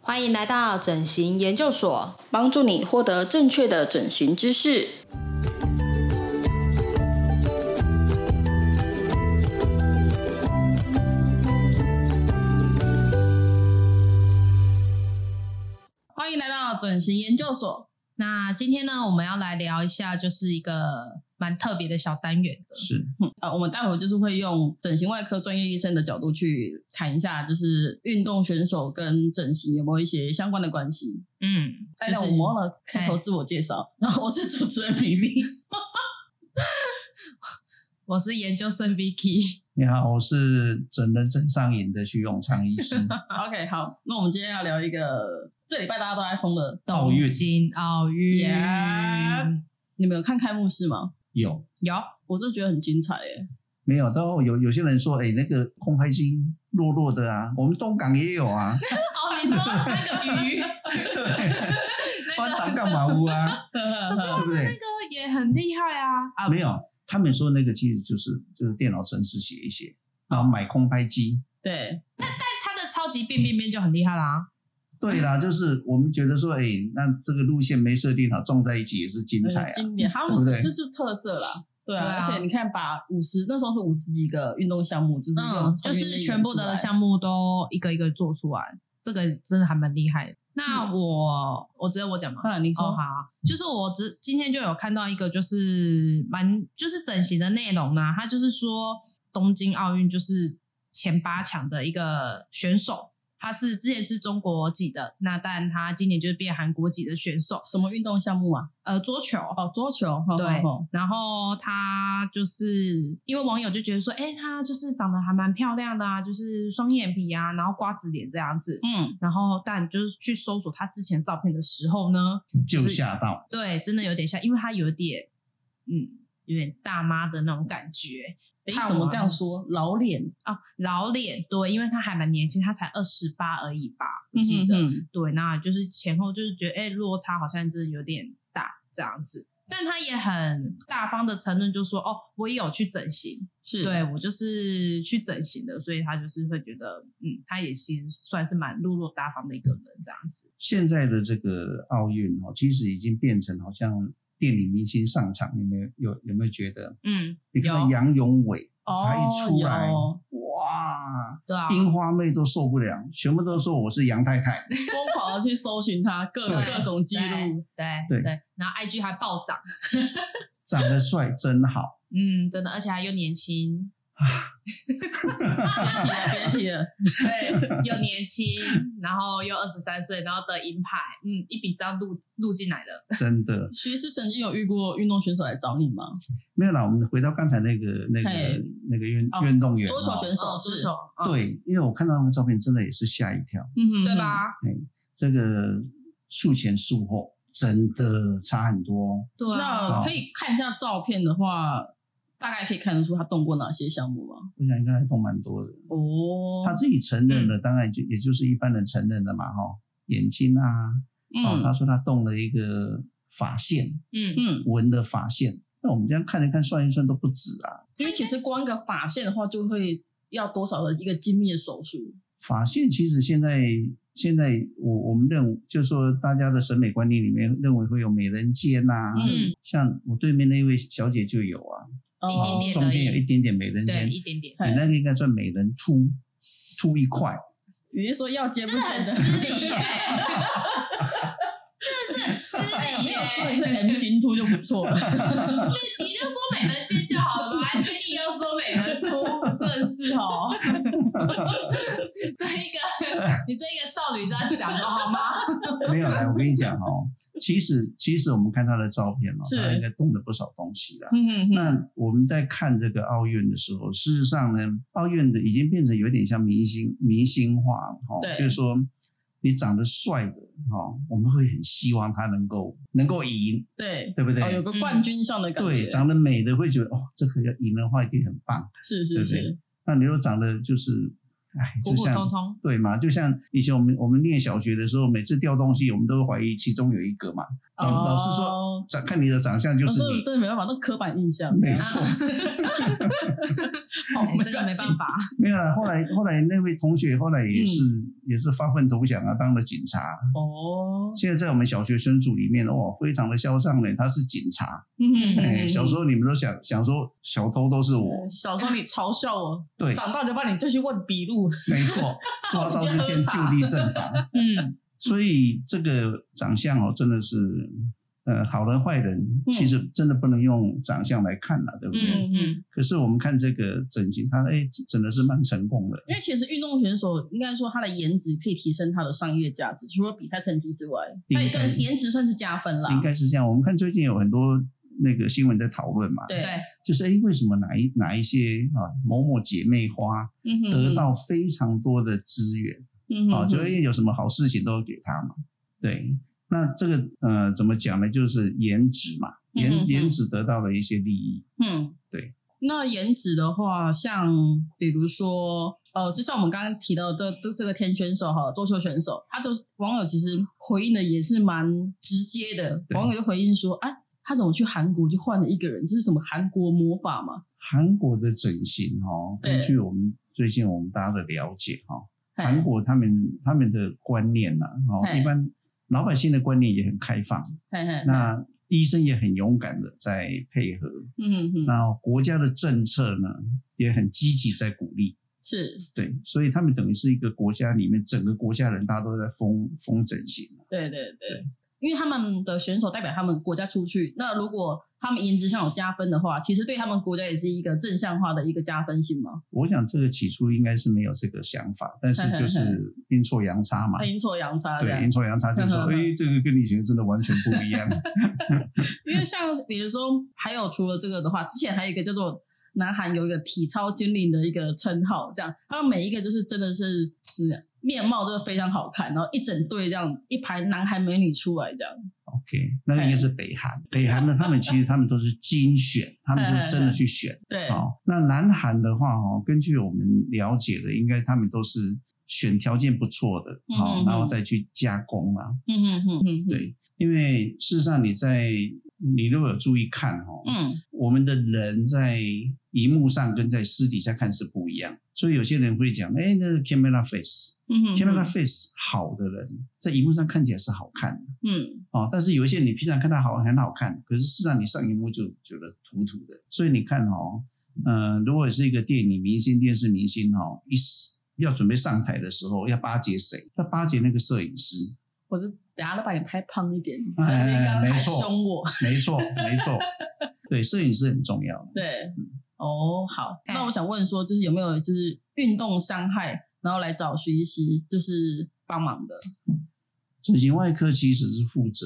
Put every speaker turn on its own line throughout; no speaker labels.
欢迎来到整形研究所。
帮助你获得正确的整形知识。
欢迎来到整形研究所。那今天呢，我们要来聊一下，就是一个蛮特别的小单元的。
是
呃，我们待会就是会用整形外科专业医生的角度去谈一下，就是运动选手跟整形有没有一些相关的关系。
嗯，
哎、
就是
我们忘了开头
哎
自我介绍，然后我是主持人皮皮。
我是研究生 Vicky。
你好，我是整人整上瘾的徐永昌医 师。
OK，好，那我们今天要聊一个这礼拜大家都在疯的，
奥运
东京奥运
Yeah 你们有看开幕式吗？
有
有
我真的觉得很精彩耶！
没有？都有有些人说，哎、那个空拍机弱弱的啊，我们东港也有 啊，
哦，你说那个鱼，
关
那
岛
个
干嘛屋啊，
可是
嗯
对不
那
对？
个也很厉害啊啊！
没有，他们说那个其实就是就是电脑程式写一写，然后买空拍机。
对，
他的超级变变变就很厉害啦。
对啦，就是我们觉得说，哎、那这个路线没设定好，撞在一起也是精彩
很
啊。
哎 经典，他
对
们
不对
这就是特色啦。对
对
啊，
啊
而且你看，把五十那时候是五十几个运动项目，就是
嗯，
用
就是全部的
项
项目都一个一个做出来，这个真的还蛮厉害的。那我、我只有我讲嘛，
当嗯然你说
哦好啊，就是我只今天就有看到一个就是蛮就是整形的内容啦、他就是说东京奥运就是前八强的一个选手，他是之前是中国籍的，那但他今年就是变韩国籍的选手，
什么运动项目啊？
呃，桌球
哦，桌球，嗯好
对
好好，
然后她就是因为网友就觉得说，哎、她就是长得还蛮漂亮的啊，就是双眼皮啊，然后瓜子脸这样子。
嗯，
然后，但就是去搜索她之前照片的时候呢，
就吓到，
对，真的有点像，因为她有点，嗯，有点大妈的那种感觉
哎，
看
怎么
完
这样说？老脸，
啊，老脸对，因为她还蛮年轻，她才二十八而已吧，我记
记
得。
得，
对，那就是前后就是觉得，哎、落差好像真的有点大这样子。但他也很大方的承认，就说，哦，我也有去整形，
是
对我就是去整形的，所以他就是会觉得，嗯，他也其实算是蛮落落大方的一个人这样子。
现在的这个奥运哦，其实已经变成好像电影明星上场，你们有有有没有觉得？
嗯，
你看到
有
杨永伟
哦
他一出来，
有
哇，
对啊，
樱花妹都受不了，全部都说我是杨太太。
疯狂的去搜寻他各
对
各种记录，
对
对
对，然后 IG 还暴涨，
长得帅真好，
嗯，真的，而且还又年轻，
别提了，别提了，
对，又年轻，然后又二十三岁，然后得银牌，嗯，一笔账录录进来了，
真的
徐是曾经有遇过运动选手来找你吗？
没有啦。我们回到刚才那个那
嘿
个那个运
哦
运动员哦，
桌球选手
哦
是
足球，嗯，
对，因为我看到那个照片，真的也是吓一跳。
嗯
对？吧？
这个术前术后真的差很多哦。
对啊
那可以看一下照片的话，大概可以看得出他动过哪些项目吗？
我想应该还动蛮多的。
哦
他自己承认
嗯
的，当然就也就是一般人承认的嘛，哈，眼睛啊，哦，他
嗯
说他动了一个发线，
嗯，
嗯，
纹的发线。那我们这样看了看，算一算都不止啊。
因为其实光一个发线的话，就会要多少的一个精密的手术？
发线其实现在现在我我们认为，就是说大家的审美观念里面认为会有美人尖呐、啊，
嗯，
像我对面那位小姐就有啊，
哦
一点点
中间有
而已
一点点美人
对，
尖，
一点点，
你那个应该算美人凸凸一块，
你是说要接不
真的很
接
失 礼耶，真的是很失
哎，
礼
没
耶
有。说你是 M 型秃就不 错了。
你就说美人尖就好了嘛，你硬要说美人秃，真的是哦。 对一个你对一个少女这样讲的好吗？
没有来，我跟你讲哦，其实其实我们看他的照片哦，
是
他应该动了不少东西啦。
嗯嗯
那我们在看这个奥运的时候，事实上呢，奥运的已经变成有点像明星明星化了哈、
对
就是说你长得帅的哈、哦，我们会很希望他能够能够赢，
对。
对不对？
哦，有个冠军上的感
对，
觉，
长得美的会觉得哦，这个要赢的话一定很棒。
是是
对
是，
那你又长得就是，哎，
普
就
普
像
通通，
对嘛？就像以前我们我们念小学的时候，每次掉东西，我们都会怀疑其中有一个嘛，老嗯老师说
哦
长看你的长相就
我
是
说
你，
真的没办法，都刻板印象。 哦
没错。
好
哎，这个没办。法，
没有了。后来后来那位同学后来也是、
嗯
也是发愤图强啊，当了警察。
哦，
现在在我们小学生组里面哦，非常的嚣张嘞，他是警察。
嗯，
哎，小时候你们都想想说小偷都是我，
小时候你嘲笑我，
对，
长大就帮你就去问笔录。
没 错，抓到就先就地正法。
嗯，
所以这个长相哦，真的是，呃，好人坏人，
嗯
其实真的不能用长相来看了、对不对？
嗯嗯
可是我们看这个整形，他哎，真的是蛮成功的。
因为其实运动选手应该说他的颜值可以提升他的商业价值，除了比赛成绩之外，
应该
那也算颜值算是加分啦。
应该是这样。我们看最近有很多那个新闻在讨论嘛，
对
对，
就是哎，为什么哪一哪一些啊某某姐妹花
嗯哼
得到非常多的资源
嗯
啊，
哼
就因为有什么好事情都给她嘛，对。那这个呃怎么讲呢？就是颜值嘛，
嗯嗯
颜
嗯
颜值得到了一些利益，
嗯，
对。
那颜值的话，像比如说，呃，就像我们刚刚提到的这这这个天选手哈，桌球选手，他的网友其实回应的也是蛮直接的，
对
网友就回应说，哎、他怎么去韩国就换了一个人？这是什么韩国魔法吗？
韩国的整形哦，
对
根据我们最近我们大家的了解哈、哦，
嘿
韩国他们他们的观念呐、哦，
嘿
一般老百姓的观念也很开放，
嘿嘿，
那医生也很勇敢的在配合，
嗯哼哼，
那国家的政策呢也很积极在鼓励，
是
对，所以他们等于是一个国家里面整个国家人大家都在疯疯整形，
对对对，因为他们的选手代表他们国家出去，那如果他们颜值上有加分的话，其实对他们国家也是一个正向化的一个加分性嘛，
我想这个起初应该是没有这个想法，但是就
嘿嘿
是阴错阳差嘛。
阴错阳差这
对，
样
阴。错阳差就是说，
呵呵呵
哎，这个跟你以前真的完全不一样。
因为像比如说，还有除了这个的话，之前还有一个叫做南韩有一个体操精灵的一个称号，这样，他们每一个就是真的是是面貌真的非常好看，然后一整队这样一排男韩美女出来这样，
OK，那个应该是北韩。北韩呢，他们其实他们都是精选，他们就是真的去选。
嗯对，
哦，那南韩的话哦，根据我们了解的，应该他们都是选条件不错的，
嗯
哦，
嗯
然后再去加工啊。
嗯哼哼哼，，
对，因为事实上你在你如果有注意看哦，
嗯，
我们的人在荧幕上跟在私底下看是不一样，所以有些人会讲，哎，那个 camera face，camera
嗯哼，嗯
face 好的人在荧幕上看起来是好看的。
嗯，
哦，但是有一些你平常看它好很好看，可是事实上你上荧幕就觉得土土的。所以你看哦，呃，如果是一个电影明星、电视明星哦，一 s- 要准备上台的时候，要巴结谁？要巴结那个摄影师，
我就等下都把你拍胖一点，
哎
在那边刚刚
没
还
错
凶我，
没错，没 错，对，摄影师很重要的。
对，
嗯
哦，好，
哎
那我想问说，就是有没有就是运动伤害，然后来找徐医师就是帮忙的？
整形外科其实是负责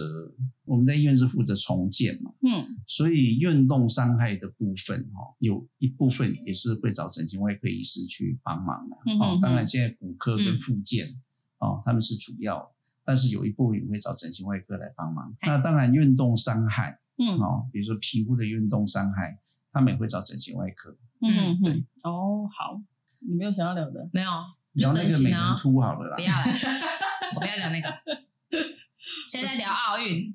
我们在医院是负责重建嘛，
嗯
所以运动伤害的部分哦，有一部分也是会找整形外科医师去帮忙的、
嗯哼
哦
哼。
当然，现在骨科跟
嗯
附件、哦，他们是主要，但是有一部分也会找整形外科来帮忙。
哎
那当然，运动伤害
嗯
哦，比如说皮肤的运动伤害，他们也会找整形外科。
嗯，
对
对，哦，好，你没有想要聊的，
没有，
聊
就
那
整
个美
形
人
啊，
秃好了啦
不，要了，我不要聊那个，现在聊奥运，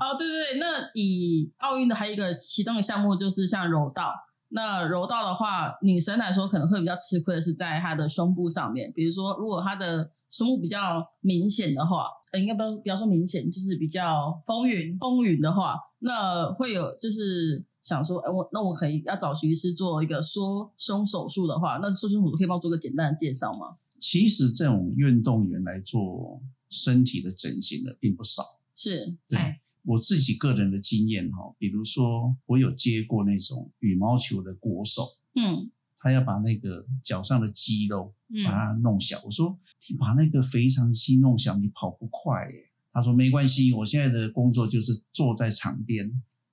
哦，对对对，那以奥运的还有一个其中的项目就是像柔道。那柔道的话，女生来说可能会比较吃亏的是在她的胸部上面，比如说如果她的胸部比较明显的话，呃，应该不要不要说明显，就是比较
风云，
风云的话，那会有就是想说，哎、我那我可以要找徐医师做一个缩胸手术的话，那缩胸手术可以帮我做个简单的介绍吗？
其实这种运动员来做身体的整形的并不少。
是，
对
哎
我自己个人的经验哈、哦，比如说我有接过那种羽毛球的国手，
嗯，
他要把那个脚上的肌肉把
嗯，
它弄小。我说你把那个肥肠肌弄小，你跑不快耶。他说没关系，我现在的工作就是坐在场边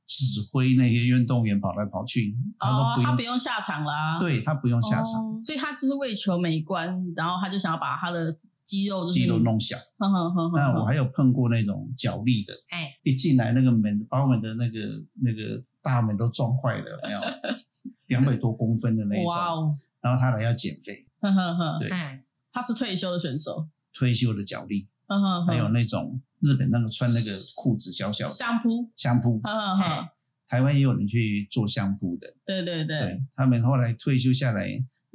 指挥那些运动员跑来跑去，他，都
哦
不用，
他不用下场啦，，
对他不用下
哦
场，
所以他就是为求美观，然后他就想要把他的肌肉就是
肌肉，弄小。
哼哼哼哼，
那我还有碰过那种脚力的，
哎，
一进来那个门，把我们的那个那个大门都撞坏了，有没有两百多公分的那一
哇
种，
哦，
然后他来要减肥，
哼哼哼，
对
哎，
他是退休的选手，
退休的脚力，
嗯哼，
还有那种日本那个穿那个裤子小小的
相扑，
相扑，
呵呵呵，
台湾也有人去做相扑的，
对对对，
对他们后来退休下来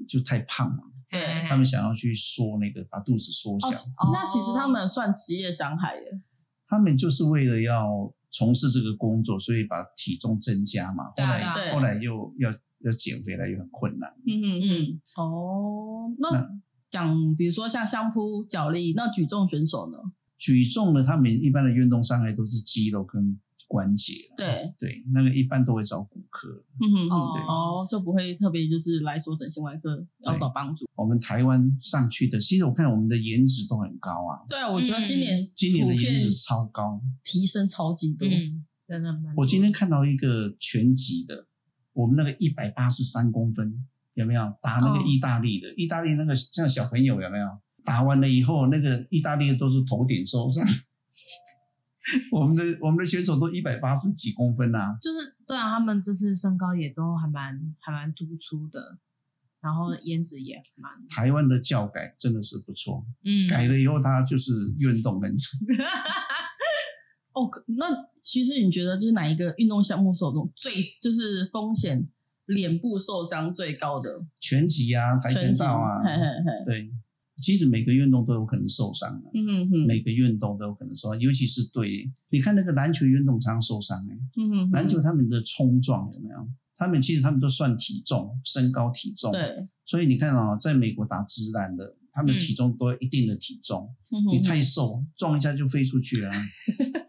就太胖了，
对
嘿嘿嘿
他们想要去缩那个，把肚子缩小，
哦那其实他们算职业伤害耶，
他们就是为了要从事这个工作，所以把体重增加嘛，后
对啊
来、
对
啊
后来又要要减回来又很困难。
嗯哼
嗯，
哦，那讲比如说像相扑、脚力，那举重选手呢？
举重呢，他们一般的运动伤害都是肌肉跟关节啦，
对，
对，那个一般都会找骨科。
嗯哼，
哦
对
哦，就不会特别就是来说整形外科要找帮助。
我们台湾上去的，其实我看我们的颜值都很高啊，
对，我觉得今年
今年的
普遍
颜值超高。
提升超级多，
嗯，真的蛮多。
我今天看到一个拳击的，我们那个一百八十三公分有没有打那
哦
个意大利的？意大利那个像小朋友有没有打完了以后，那个意大利的都是头顶受伤。 我们的我们的选手都一百八十几公分啊，
就是对啊，他们这次身高也都还蛮还蛮突出的，然后颜值也蛮
台湾的教改真的是不错，
嗯
改了以后他就是运动很
哦，可那其实你觉得就是哪一个运动项目手中最就是风险脸部受伤最高的？
拳击啊、跆拳道啊，
拳击嘿嘿嘿，
对，其实每个运动都有可能受伤啊，
嗯哼哼，
每个运动都有可能受伤，尤其是对，你看那个篮球运动常受伤哎、
嗯哼哼，
篮球他们的冲撞有没有？他们其实他们都算体重、身高、体重，，
对，
所以你看哦，在美国打直男的，他们的体重都有一定的体重，
嗯哼
你
哼
太瘦，撞一下就飞出去 了啊，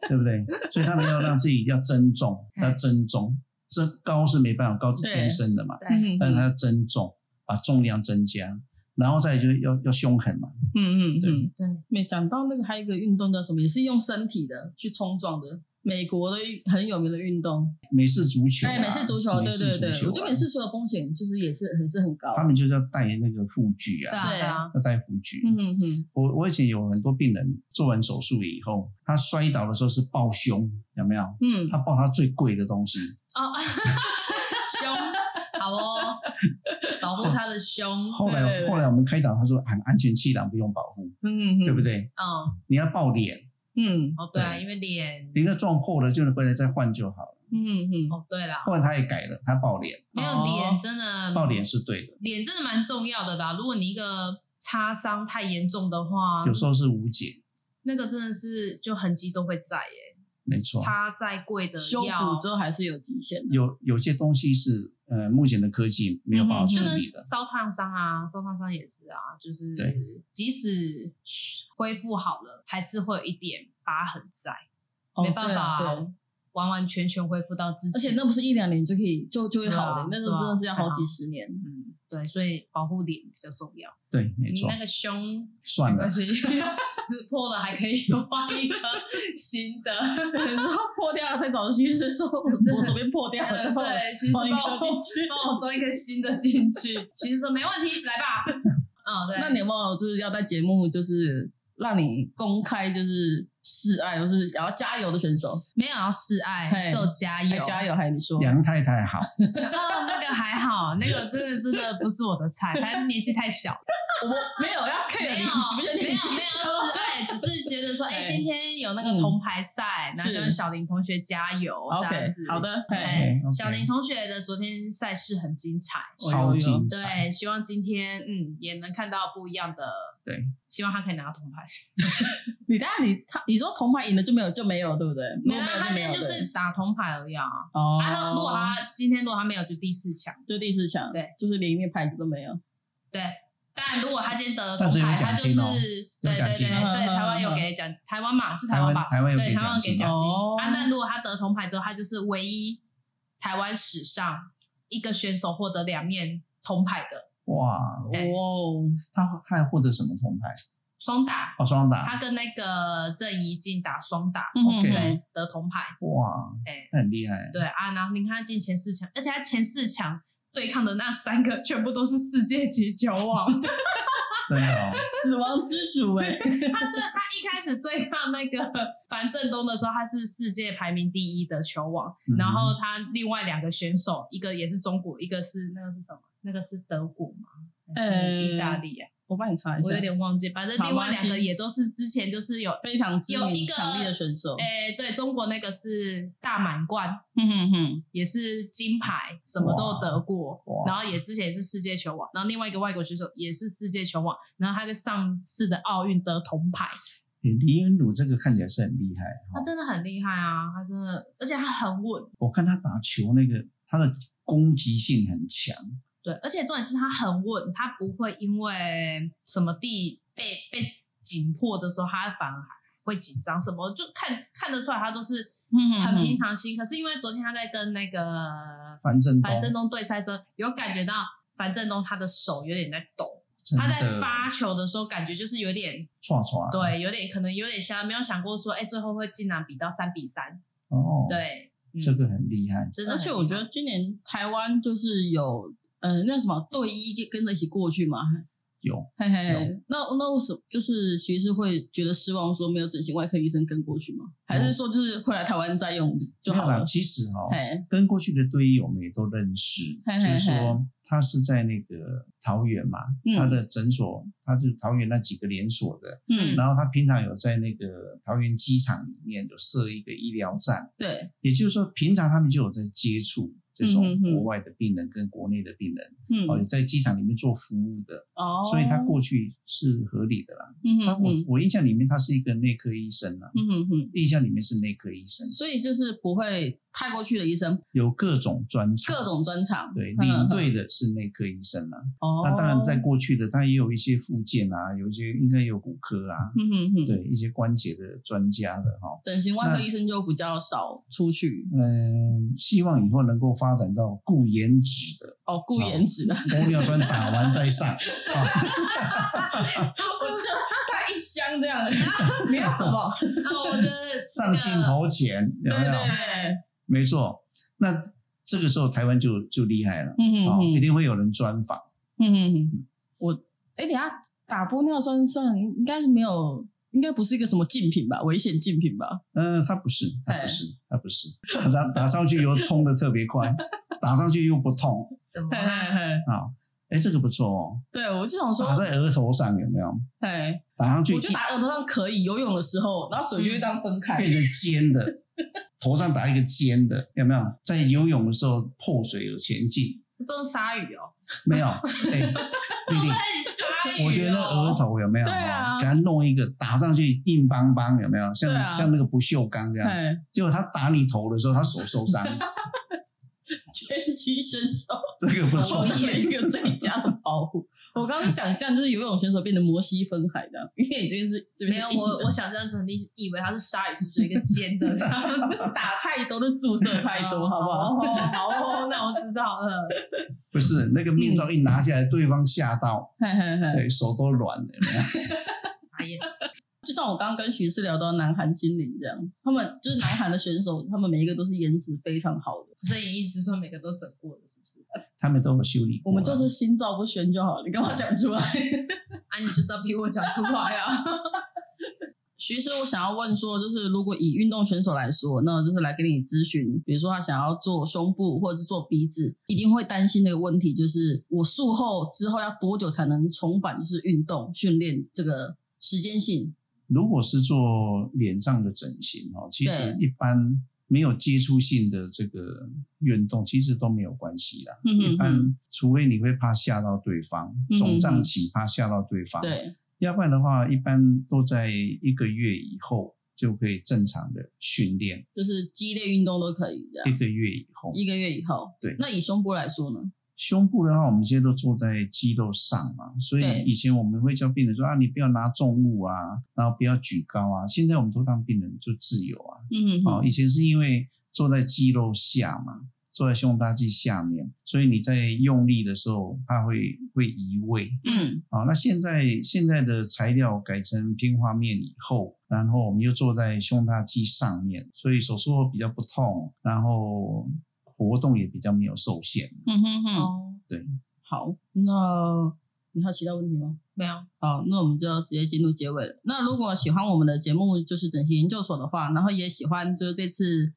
对不对？所以他们要让自己要增重，
嗯
要增重，这高是没办法，高是天生的嘛，
嗯哼
对，啊
哼
但是他要增重，把重量增加，然后再来就是要要凶狠嘛，
嗯嗯嗯
对，
对
没讲到那个还有一个运动叫什么，也是用身体的去冲撞的。美国的运很有名的运动，
美式足球、啊，
哎，美式足球，
美
对
式
对对，
足球啊
我觉得美式足球风险就是也是也是很高。
他们就是要带那个护具
对
啊，
啊对啊，
要带护具，
嗯哼哼，
我我以前有很多病人做完手术以后，他摔倒的时候是抱胸，有没有？
嗯，
他抱他最贵的东西，
哦，胸啊好哦，保护他的胸，
后来
对对对
后来我们开导他说，啊，安全气囊不用保护，
嗯哼哼，
对不？对？
嗯，
你要抱脸，
嗯
哦对啊，
哦对
因为脸，
你要撞破了就能回来再换就好了。
嗯哼哼，
哦对啦，
后来他也改了，他抱脸，
没有脸真的
抱脸是对的，
脸真的蛮重要的啦。如果你一个擦伤太严重的
嗯
话，
有时候是无解，
那个真的是就痕迹都会在耶，
没错。
擦再贵的
修
药
补之后还是有极限的。
有有些东西是呃，目前的科技没有办法
嗯
处
就跟
理的，
烧烫伤啊，烧烫伤也是啊，就是
对
即使恢复好了，还是会有一点疤痕在，
哦
没办
对啊
法
对
完完全全恢复到之
而且
前。
那不是一两年就可以就就会好的，
对
那
啊
时候真的是要好几
对啊
十年。
嗯，对，所以保护脸比较重要。
对，没
你
错
嗯
那。个胸
算
没
了
关，系， 破了还可以换一个新的。
然后破掉了再找医生 说，我
是
我左边破掉 了，
对
再帮我
对其实
装一
帮
个
我
进去。哦
帮我装一个新的进去。其实说没问题，来吧。嗯，对。
那你有没有就是要在节目就是让你公开就是示爱，就是也要加油的选手？
没有要示爱，
嘿
只有加
还
油
加油，还你说
杨太太好，
哦，那个还好，那个真的真的不是我的菜，他年纪太小，
我没有要 care
没
你，
有
你是不是觉
没有没
得你
有
很
示爱，只是觉得说，哎，
哎
今天有那
嗯
个铜牌赛，那
是
希望小林同学加油，这
OK
样子。
好。的？哎，
对
OK，OK
小林同学的昨天赛事很精彩，
哦有
超
有
精彩，
对，希望今天嗯也能看到不一样的，
对，
希望他可以拿到铜牌。
你当然你他你说铜牌赢了就没有就没有对不对？如
没
果
有，他
就
今天
有
就
对
是打铜牌而已啊。他如果
哦，
他今天如果他没有，就第四强。
就第四强，
对，
就是连一面牌子都没有。
对，但如果他今天得了
但是
铜
有
牌，他
奖
就
金
是
哦
对对
有奖
对
金
对，
嗯嗯嗯
台湾有
嗯
给奖，台湾嘛是台
台
湾
湾
吧？
台湾有
对，
给
台湾
奖
有给
金，
奖金
哦。
啊，那如果他得铜牌之后，他就是唯一台湾史上一个选手获得两面铜牌的
哇，
哎
哦，
他还获得什么铜牌？
双打。
哦，双
他
打，
跟那个郑怡静打双打，
嗯
对
对，得铜牌。
哇，
哎，
那很厉害。
对啊，然后你看他进前四强，而且他前四强对抗的那三个全部都是世界级球王。
真的哦，
死亡之主哎、
他这他一开始对抗那个 樊振东的时候，他是世界排名第一的球王，
嗯
然后他另外两个选手，一个也是中国，一个是那个是什么？那个是德国吗？还是
呃
意大利啊？
我帮你查一下
我有，点忘记，反正另外两个也都是之前就是有，
非常知
有一
名
个哎
强力的选手。
诶，对中国那个是大满贯，
哼哼哼，
也是金牌，什么都得过
哇哇，
然后也之前也是世界球王，然后另外一个外国选手也是世界球王，然后他在上次的奥运得铜牌，
诶李恩儒这个看起来是很厉害
他
哈、
真的很厉害啊，他真的，而且他很稳，
哦我看他打球那个，他的攻击性很强，
对，而且重点是他很稳，他不会因为什么地被被紧迫的时候，他反而会紧张什么，就看看得出来他都是
嗯
很
嗯
平常心。可是因为昨天他在跟那个
樊振东，
樊振东对赛的时候，有感觉到樊振东他的手有点在抖，
嗯
真
他在
的
发球的时候感觉就是有点
串串，
对，有点可能有点瞎，没有想过说，哎，最后会竟然比到三比三，
哦，，
对，嗯
这个很厉害，
真的
而
很厉害，
且我觉得今年台湾就是有呃那什么队医跟跟着一起过去嘛，
有
嘿嘿，那那为什么就是徐师会觉得失望，说没有整形外科医生跟过去吗？还
哦
是说就是会来台湾再用就好
没有啦
了？
其实哦，
嘿，
跟过去的队医我们也都认识，
嘿嘿
就是
嘿
说他是在那个桃园嘛，
嗯
他的诊所他是桃园那几个连锁的，
嗯，
然后他平常有在那个桃园机场里面有设一个医疗站，
对，
也就是说平常他们就有在接触这种
嗯哼哼
国外的病人跟国内的病人，
嗯，
哦，有在机场里面做服务的，
哦，
所以他过去是合理的啦。
嗯
但
哼
我
哼，
我印象里面他是一个内科医生啊，
嗯哼哼，
印象里面是内科医生，
所以就是不会派过去的医生，
有各种专长，
各种专长，
对
呵呵
领队的是内科医生啊。
哦，
那当然，在过去的他也有一些附件啊，有一些应该有骨科啊，
嗯哼哼，
对一些关节的专家的哈、
整形外科医生就比较少出去
嗯，希望以后能够发展到顾颜值的，
哦，顾颜值的，
玻尿酸打完再上啊。
我就带一箱 这样，没有什么，
那啊我觉得这
上
个
镜头前有
对
没有？
对，
没错。那这个时候台湾就就厉害了，
嗯
哦
哼，哼
一。定会有人专访。
嗯，我哎、等一下打玻尿酸算应该是没有，应该不是一个什么竞品吧，危险竞品吧？
嗯，他不是，他不是，他不是， 打打上去以后冲的特别快，打上去又不痛
什么
嘿
啊
嘿嘿，
啊。哎，这个不错哦，
对我就想说
打，在额头上有没有？
哎，
打上去
我就打额头上可以，游泳的时候，然后水就会当分开，
变成尖 的，头上打一个尖的，有没有？在游泳的时候破水而前进，
都是鲨鱼 哦，
没有？哎、丽
都是
丽，
鲨鱼哦，
我觉得那额头有没有？
对啊
给他弄一个打上去硬邦邦，有没有？像、
对啊
像那个不锈钢这样。
哎，
结果他打你头的时候，他手受 伤，
拳击选手
这个不错
我。有一个最佳的保护。我刚刚想象就是游泳选手变成摩西分海的，因为你这边是这
没
边是
有
硬的
我，我想象成你以为它是鲨鱼，是不是有一个尖 的这样？
不是打太多，是注射太多，好不好？
哦 好哦，那我知道了。
不是那个面罩一拿下来，对方吓到，
嘿嘿嘿。
对手都软了。有没有
傻眼，
就像我刚刚跟徐师聊到南韩精灵这样，他们就是南韩的选手，他们每一个都是颜值非常好的，
所以一直说每个都整过了，是不是？
他们都有修理过
我
了。
们就是心照不宣就好了。你干嘛讲出来？
啊，你就是要逼我讲出来 啊！
徐师，我想要问说，就是如果以运动选手来说，那就是来跟你咨询，比如说他想要做胸部或者是做鼻子，一定会担心的一个问题就是，我术后之后要多久才能重返就是运动训练这个时间性？
如果是做脸上的整形哦，其实一般没有接触性的这个运动，其实都没有关系啦。
嗯
一般除非你会怕吓到对方，
嗯
肿胀期怕吓到对方，，
对，
要不然的话，一般都在一个月以后就可以正常的训练，
就是激烈运动都可以这
一
样，
个月以后。
一个月以后。
对
那以胸部来说呢？
胸部的话，我们现在都坐在肌肉上嘛，所以
对
以前我们会叫病人说啊，你不要拿重物啊，然后不要举高啊。现在我们都让病人就自由啊，
嗯
哦，以前是因为坐在肌肉下嘛，坐在胸大肌下面，所以你在用力的时候，它会会移位。
嗯
啊、那现在现在的材料改成拼画面以后，然后我们又坐在胸大肌上面，所以手术后比较不痛，然后活动也比较没有受限。
嗯哼哼。
哦，
好，那你还有其他问题吗？
没有，
好，那我们就要直接进入结尾了。那如果喜欢我们的节目，就是整形研究所的话，然后也喜欢就是这次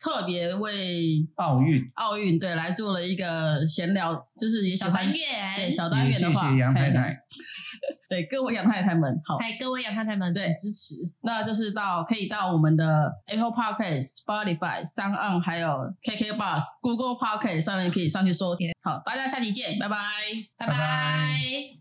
特别为
奥运
奥运对来做了一个闲聊，就是也喜
小
欢
单
对
元，
小单
也
元
谢
的话，
谢杨太
嘿
太，
对各位养太太们好，
嗨，各位杨太太们，请
对
支持。
那就是到可以到我们的 Apple Podcast、Spotify、s o n 还有 KK Bus、Google Podcast 上面可以上去收听。好，大家下期见，拜拜，
拜
拜拜
拜